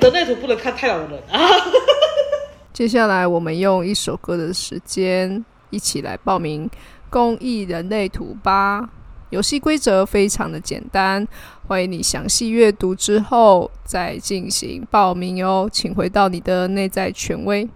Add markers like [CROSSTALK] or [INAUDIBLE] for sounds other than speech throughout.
人类图不能看太老的人啊。接下来，我们用一首歌的时间，一起来报名公益人类图吧。游戏规则非常的简单，欢迎你详细阅读之后再进行报名哦。请回到你的内在权威。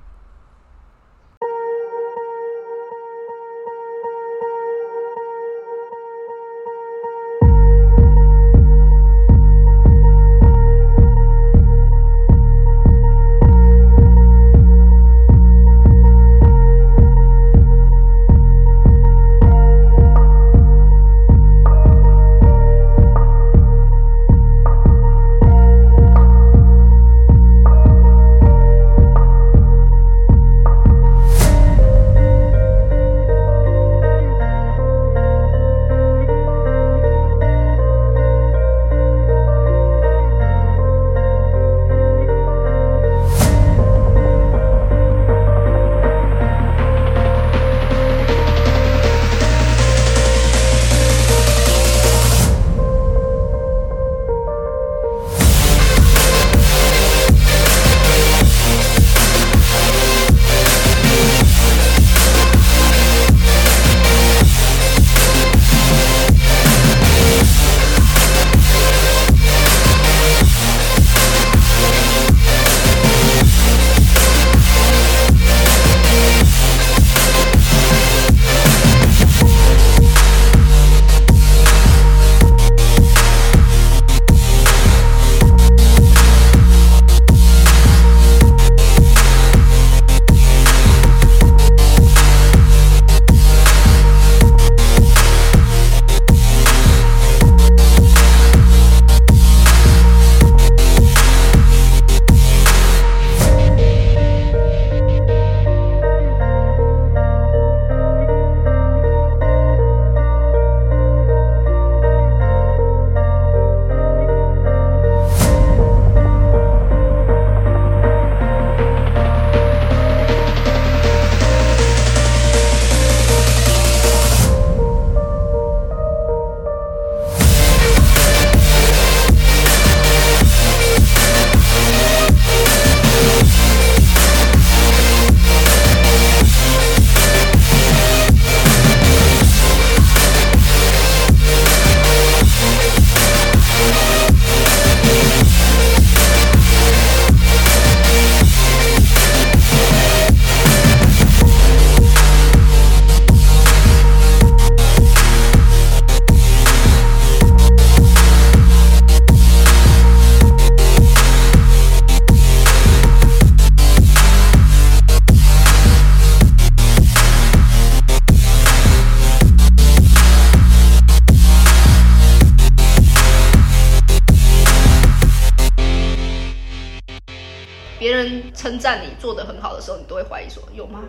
别人称赞你做的很好的时候，你都会怀疑说有吗？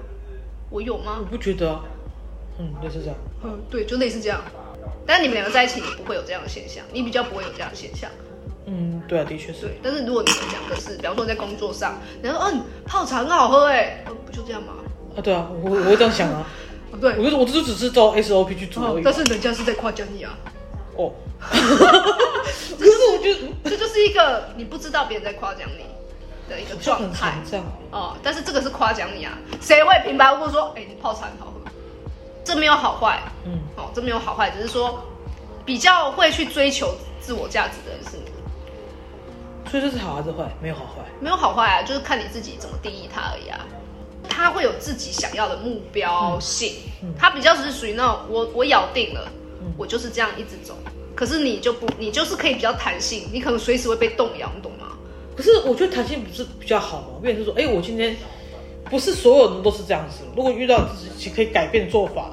我有吗我？不觉得啊，嗯，类似这样。嗯，对，就类似这样。但你们两个在一起，你不会有这样的现象，你比较不会有这样的现象。嗯，对啊，的确是。对，但是如果你们两个是，比方说在工作上，然后嗯，泡茶很好喝哎、呃不就这样吗？啊，对啊，我我会这样想啊。哦对，我就我就只是照 SOP 去做而哦已。但是人家是在夸奖你啊， [LAUGHS] 哦，可是我觉得嗯这就是一个你不知道别人在夸奖你的一个好像状很态常这样。哦。但是这个是夸奖你啊，谁会平白无故说哎、你泡茶很好喝？这没有好坏，嗯，哦，这没有好坏，只是说比较会去追求自我价值的人是你，所以这是好还是坏？没有好坏。没有好坏啊，就是看你自己怎么定义它而已啊。他会有自己想要的目标嗯性，他比较是属于那种我我咬定了，嗯我就是这样一直走。可是你就不，你就是可以比较弹性，你可能随时会被动摇，你懂吗？可是我觉得弹性不是比较好吗？变成是说，哎、我今天不是所有人都是这样子。如果遇到自己可以改变做法，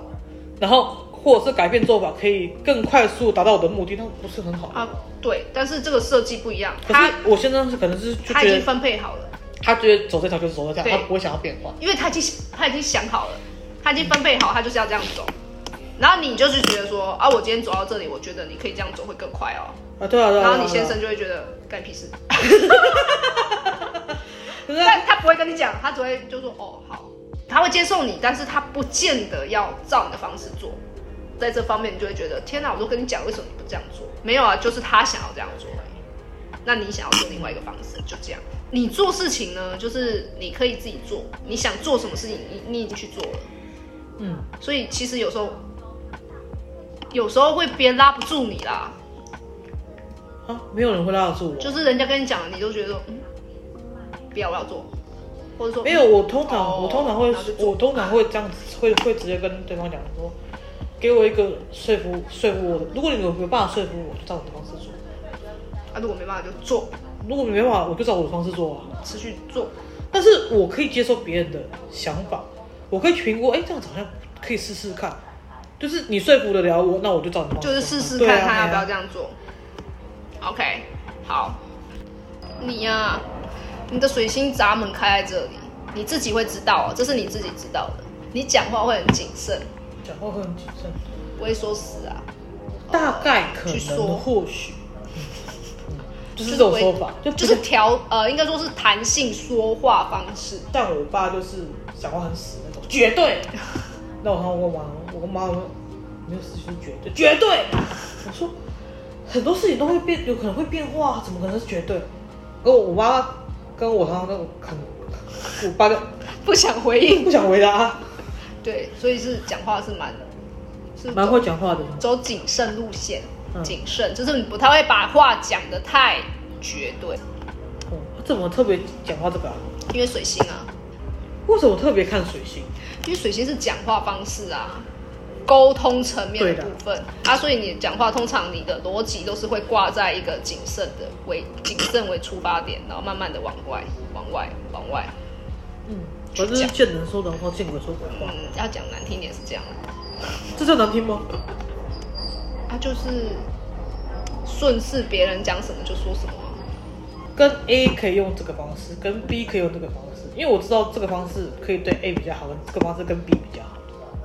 然后或者是改变做法可以更快速达到我的目的，那不是很好吗？啊，对，但是这个设计不一样，哦可他是我现在是可能是就他已觉经得分配好了，他觉得走这条就是走这条，对他不会想要变化。因为他已经他已经想好了，他已经分配好，他就是要这样走。然后你就是觉得说啊，我今天走到这里，我觉得你可以这样走会更快哦。啊，对啊，对啊。然后你对啊先，生就会觉得干屁事，对啊可是他但他不会跟你讲，他只会就说哦好，他会接受你，但是他不见得要照你的方式做。在这方面，你就会觉得天哪，我都跟你讲，为什么你不这样做？没有啊，就是他想要这样做而已。那你想要做另外一个方式，就这样。你做事情呢，就是你可以自己做，你想做什么事情，你你已经去做了。嗯，所以其实有时候，有时候会别人拉不住你啦，啊，没有人会拉得住我。就是人家跟你讲，你都觉得嗯，不要我要做，或者说嗯没有，我通哦常我通常会然后就做我通常会这样子，会会直接跟对方讲说，给我一个说服说服我的。如果你有有办法说服我，就照我的方式做；啊，如果没办法就做，如果没办法，我就照我的方式做啊。持续做。但是我可以接受别人的想法，我可以评估，哎，这样子好像可以试试看。就是你说服得了我，那我就照你的方式就做。是试试对看啊他要不要对这样做。OK，好，你呀、你的水星闸门开在这里，你自己会知道哦，这是你自己知道的。你讲话会很谨慎，啊讲话会很谨慎，不会说死啊，大概可去说能或许，哦嗯嗯就是这种说法，就就不就是调呃，应该说是弹性说话方式。像我爸就是讲话很死那种，绝对。那我跟我妈，我跟妈妈没有事情是绝对，绝对。我说很多事情都会变，有可能会变化，怎么可能是绝对？跟我我妈妈跟我常常都很，我爸就不想回应，不想回答，对，所以是讲话是蛮是蛮走会讲话的。走谨慎路线，嗯谨慎就是你不太会把话讲的太绝对，哦，怎么特别讲话这个、啊？因为水星啊，为什么特别看水星？因为水星是讲话方式啊，沟通层面的部分啊，所以你讲话通常你的逻辑都是会挂在一个谨慎的为谨慎为出发点，然后慢慢的往外、往外、往外。嗯，反正就是见人说人话，见鬼说鬼嗯话，，要讲难听点是这样这叫难听吗？啊，就是顺势别人讲什么就说什么啊、跟 A 可以用这个方式，跟 B 可以用这个方式，因为我知道这个方式可以对 A 比较好，跟这个方式跟 B 比较好。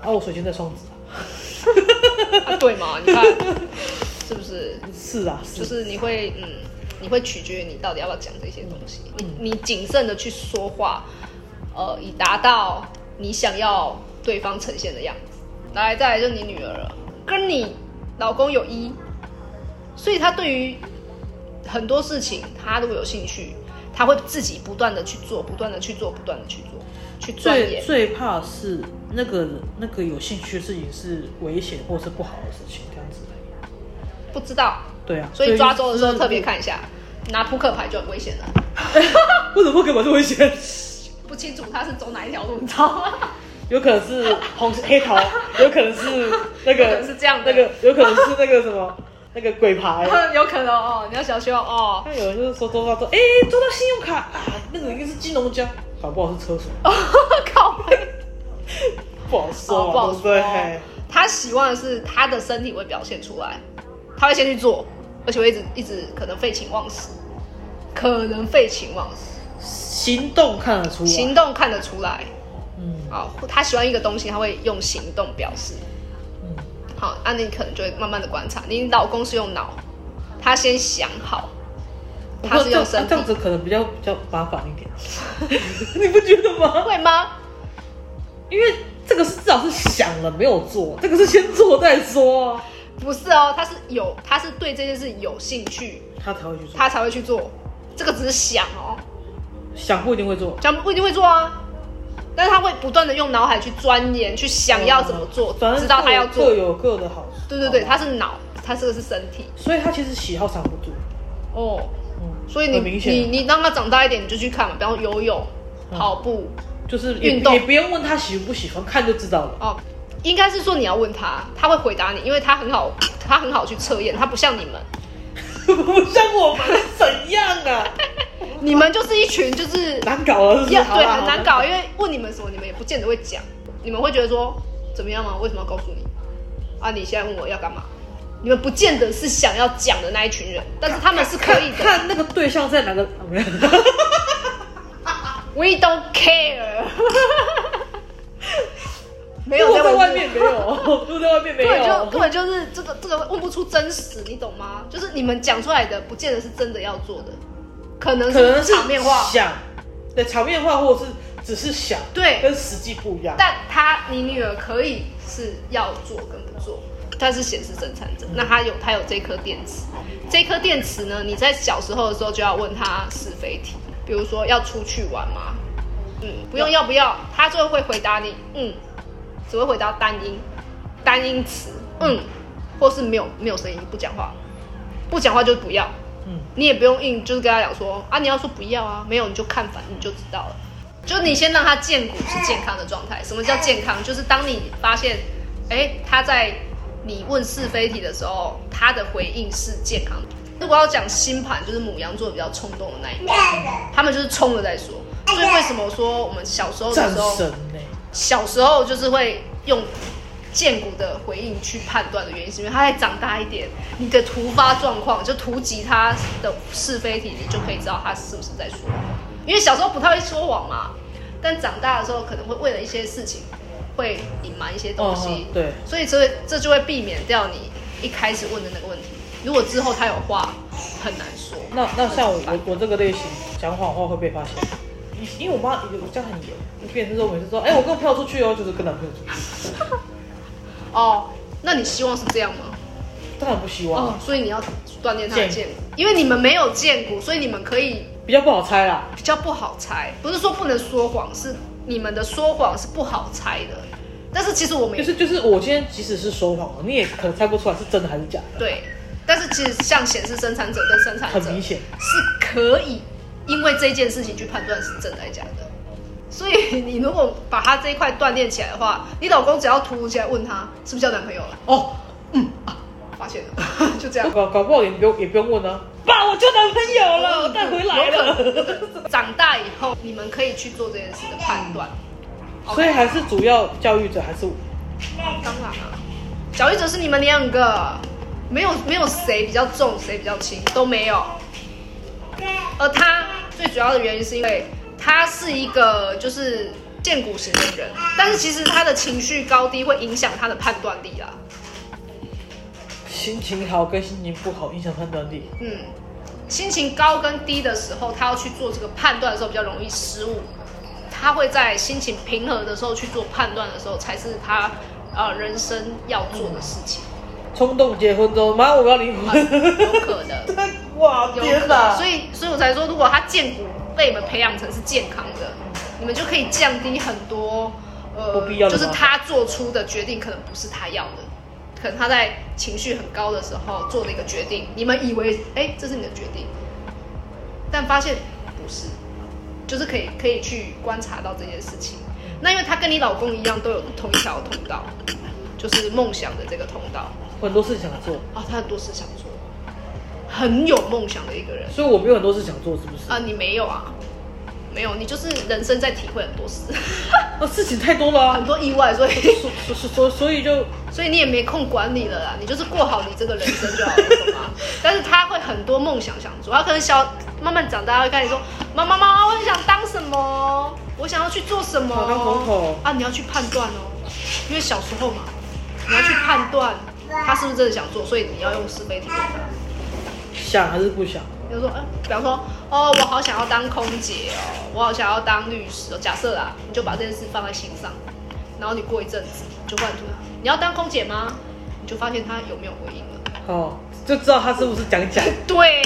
啊，我首先在双子啊， [LAUGHS] 啊，对嘛？你看是不是？是啊，是就是你会嗯，你会取决于你到底要不要讲这些东西，你你谨慎的去说话，呃，以达到你想要对方呈现的样子。来，再来就是你女儿了，跟你老公有一，所以她对于很多事情她如果有兴趣，她会自己不断的去做，不断的去做，不断的去做，去钻最研。最怕是那个那个有兴趣的事情是危险或是不好的事情，这样子而已。不知道，对啊，所以抓周的时候就是特别，看一下，拿扑克牌就很危险了。 [LAUGHS] 为什么干嘛这么危险？不清楚他是走哪一条路，你知道吗？ [LAUGHS] 有可能是红黑桃，有可能是那个， [LAUGHS] 有可能是这样的那个有可能是那个什么那个鬼 [LAUGHS] 牌，有可能哦，你要小心哦哦。 [LAUGHS] 那有人就是说周到说，哎、周到信用卡啊，那个应该是金融家，搞不好是车手，靠背，不好说嘛，啊哦不好对不对说他希望的是他的身体会表现出来，他会先去做，而且会一直一直可能废寝忘食，可能废寝忘食，行动看得出来，行动看得出来嗯啊、哦。他喜欢一个东西，他会用行动表示。嗯，好，那、你可能就会慢慢的观察。你老公是用脑，他先想好，他是用哦这样身这体样，子可能比较比较麻烦一点， [LAUGHS] 你不觉得吗？会吗？因为这个是至少是想了没有做，这个是先做再说啊，不是哦，他是有，他是对这件事有兴趣，他才会去做，他才会去做。这个只是想哦，想不一定会做，想不一定会做啊，但是他会不断的用脑海去钻研，去想要怎么做，反正知道他要做各。有各的好处，对对对，好吧他是脑，他这个是身体所以他其实喜好藏不住，哦。嗯，所以你很明显你你让他长大一点，你就去看嘛，比方说游泳、嗯跑步就是也运动也不用问他喜不喜欢，看就知道了。哦。应该是说你要问他，他会回答你，因为他很好，他很好去测验，他不像你们，不像我们怎样啊？你们就是一群就是 [LAUGHS] 难搞啊了是不是？要好对啦很难搞，因为问你们什么，你们也不见得会讲，你们会觉得说怎么样吗？为什么要告诉你？啊，你现在问我要干嘛？你们不见得是想要讲的那一群人，但是他们是可 [LAUGHS] 以的。看那个对象在哪个，啊没有 We don't [LAUGHS] care 。没有如果在问外这个 [LAUGHS] 面没有，都在外面没根本就根有。本就是这个这个问不出真实，你懂吗？就是你们讲出来的，不见得是真的要做的，可能可能是是场面话。想，对场面话或者是只是想，对跟实际不一样。但他你女儿可以是要做跟不做，她是显示生产者，那她有她有这颗电池，这颗电池呢，你在小时候的时候就要问她是非题，比如说要出去玩吗？嗯，不用要不要，他就会回答你嗯，只会回答单音，单音词嗯，或是没有没有声音不讲话，不讲话就不要，嗯，你也不用硬，就是跟他讲说啊，你要说不要啊，没有你就看反应就知道了。就你先让他见骨是健康的状态。什么叫健康？就是当你发现，哎、他在你问是非题的时候，他的回应是健康的。如果要讲星盘，就是母羊座比较冲动的那一面，他们就是冲了再说。所以为什么说我们小时候的战时候，神呢、小时候就是会用剑骨的回应去判断的原因，是因为他在长大一点，你的突发状况就突击他的是非题，你就可以知道他是不是在说谎。因为小时候不太会说谎嘛，但长大的时候可能会为了一些事情会隐瞒一些东西，嗯嗯对所以这这就会避免掉你一开始问的那个问题。如果之后他有话很难说，那那像我怎么办我我这个类型讲谎话会被发现，因因为我妈有这样很严，就变成说我每次说，哎、我跟朋友出去哦，就是跟男朋友出去，哦，那你希望是这样吗？当然不希望，啊哦，所以你要锻炼他的剑骨，因为你们没有剑骨，所以你们可以比较不好猜啦。比较不好猜。不是说不能说谎，是你们的说谎是不好猜的。但是其实我们就也是就是，我今天即使是说谎了，你也可能猜不出来是真的还是假的，对，但是其实像显示生产者跟生产者很明显。是可以因为这件事情去判断是真的还是假的。所以你如果把他这一块锻炼起来的话，你老公只要突如其来问他是不是交男朋友了，哦，发现了 [LAUGHS] 就这样。搞搞不好也不用也不用问啊，爸，我交男朋友了，我带回来有了。可能长大以后，你们可以去做这件事的判断。 [LAUGHS] 嗯所以还是主要教育者还是我，当然啊，小一者是你们两个，没有没有谁比较重，谁比较轻，都没有。而他最主要的原因是因为他是一个就是见骨型的人，但是其实他的情绪高低会影响他的判断力啦。啊心情好跟心情不好影响判断力。嗯，心情高跟低的时候，他要去做这个判断的时候比较容易失误。他会在心情平和的时候去做判断的时候，才是他呃人生要做的事情。冲动结婚之后，妈，我要离 [LAUGHS] 婚，有可能。哇，有天可哪！能，所以所以我才说，如果他健骨被你们培养成是健康的，你们就可以降低很多呃不必要的就是麻他做出的决定可能不是他要的，可能他在情绪很高的时候做的一个决定，你们以为哎、这是你的决定，但发现不是，就是可以可以去观察到这件事情。那因为他跟你老公一样都有同一条通道，就是梦想的这个通道很多事情想做，啊、他很多事想做，很有梦想的一个人。所以我没有很多事想做，是不是？啊，你没有啊，没有，你就是人生在体会很多事， [LAUGHS] 啊，事情太多了、很啊，多意外，所以 [LAUGHS] 所所所所以就所以你也没空管理了啦，你就是过好你这个人生就好了，懂吗？ [LAUGHS] 但是他会很多梦想想做，他可能小慢慢长大会开始说，妈妈妈，我想当什么，我想要去做什么，想当总统啊，你要去判断哦，因为小时候嘛，你要去判断他是不是真的想做，所以你要用是非题问他。想还是不想，比如说，呃比方说，哦，我好想要当空姐哦，我好想要当律师哦。假设啦，你就把这件事放在心上，然后你过一阵子你就换出来，你要当空姐吗？你就发现他有没有回应了。哦，就知道他是不是讲假。对，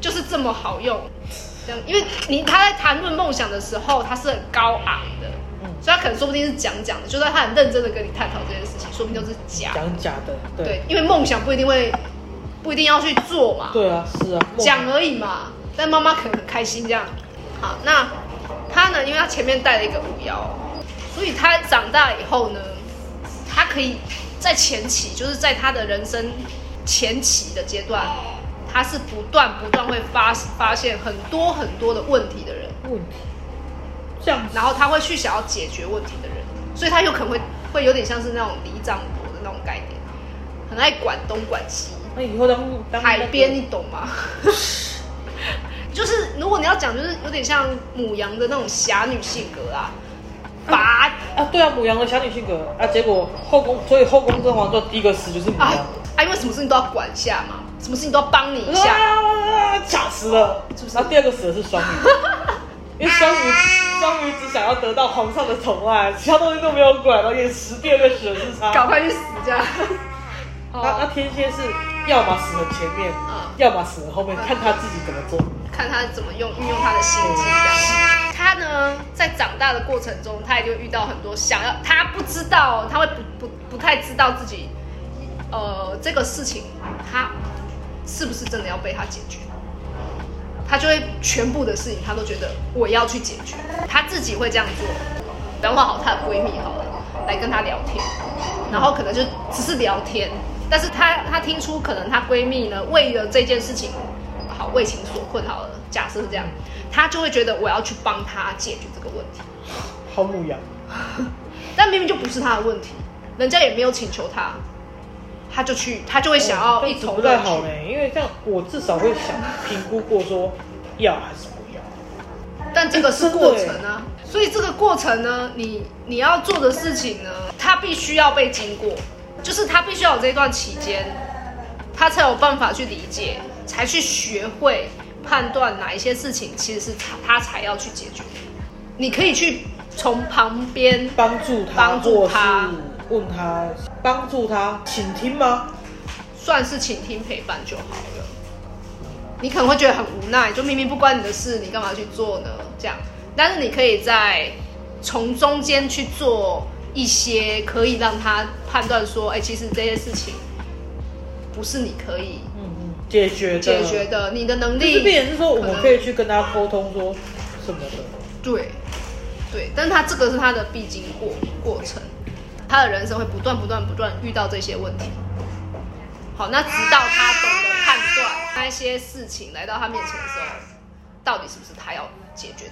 就是这么好用。这样，因为你他在谈论梦想的时候，他是很高昂的，嗯所以他可能说不定是讲讲的，就算他很认真的跟你探讨这件事情，说不定都是假。讲假的，对对，因为梦想不一定会，不一定要去做嘛。对啊，是啊，梦讲而已嘛。但妈妈可能很开心这样。好，那他呢？因为他前面带了一个五幺，所以他长大以后呢，他可以在前期，就是在他的人生前期的阶段，他是不断不断会发发现很多很多的问题的人，问题，这样子然后他会去想要解决问题的人，所以他有可能会会有点像是那种里长伯的那种概念，很爱管东管西。那以后当当海边，你懂吗？ [LAUGHS] 就是如果你要讲，就是有点像母羊的那种侠女性格啊，拔啊，对啊，母羊的侠女性格啊，结果后宫，所以后宫甄嬛传第一个死就是母啊羊，啊，因为什么事情都要管一下嘛，什么事情都要帮你一下，啊，吓死了，是不是然后第二个死的是双鱼， [LAUGHS] 因为双鱼双鱼只想要得到皇上的宠爱，其他东西都没有管，然后也死第二个死的是他，赶快去死这样。 [LAUGHS] 那那哦，天蝎是要么死很前面嗯，要么死很后面，看他自己怎么做。看他怎么用运用他的心机这样。他呢，在长大的过程中，他也就遇到很多想要他不知道，他会不不不太知道自己，呃，这个事情他是不是真的要被他解决，他就会全部的事情他都觉得我要去解决，他自己会这样做。比方说好她的闺蜜好了，来跟她聊天，然后可能就只是聊天，但是她她听出可能她闺蜜呢为了这件事情，好为情所困好了，假设是这样，她就会觉得我要去帮她解决这个问题，好母羊，但明明就不是她的问题，人家也没有请求她，她就去她就会想要一头哦不热太去，好欸嘞，因为这样我至少会想评估过说要还是不要。但这个是过程啊，所以这个过程呢，你你要做的事情呢，它必须要被经过，就是它必须要有这段期间，他才有办法去理解，才去学会判断哪一些事情其实是他他才要去解决。你可以去从旁边，帮助他，帮助他或是问他，帮助他，请听吗？算是倾听陪伴就好了。你可能会觉得很无奈，就明明不关你的事，你干嘛去做呢？这样，但是你可以在从中间去做一些可以让他判断说，哎、其实这些事情不是你可以嗯嗯，解决的，解决的，你的能就是力变成是说，我可们能可以去跟他沟通说什么的，对，对，但是他这个是他的必经过过程，他的人生会不断不断不断遇到这些问题。好，那直到他懂得判断那些事情来到他面前的时候，到底是不是他要解决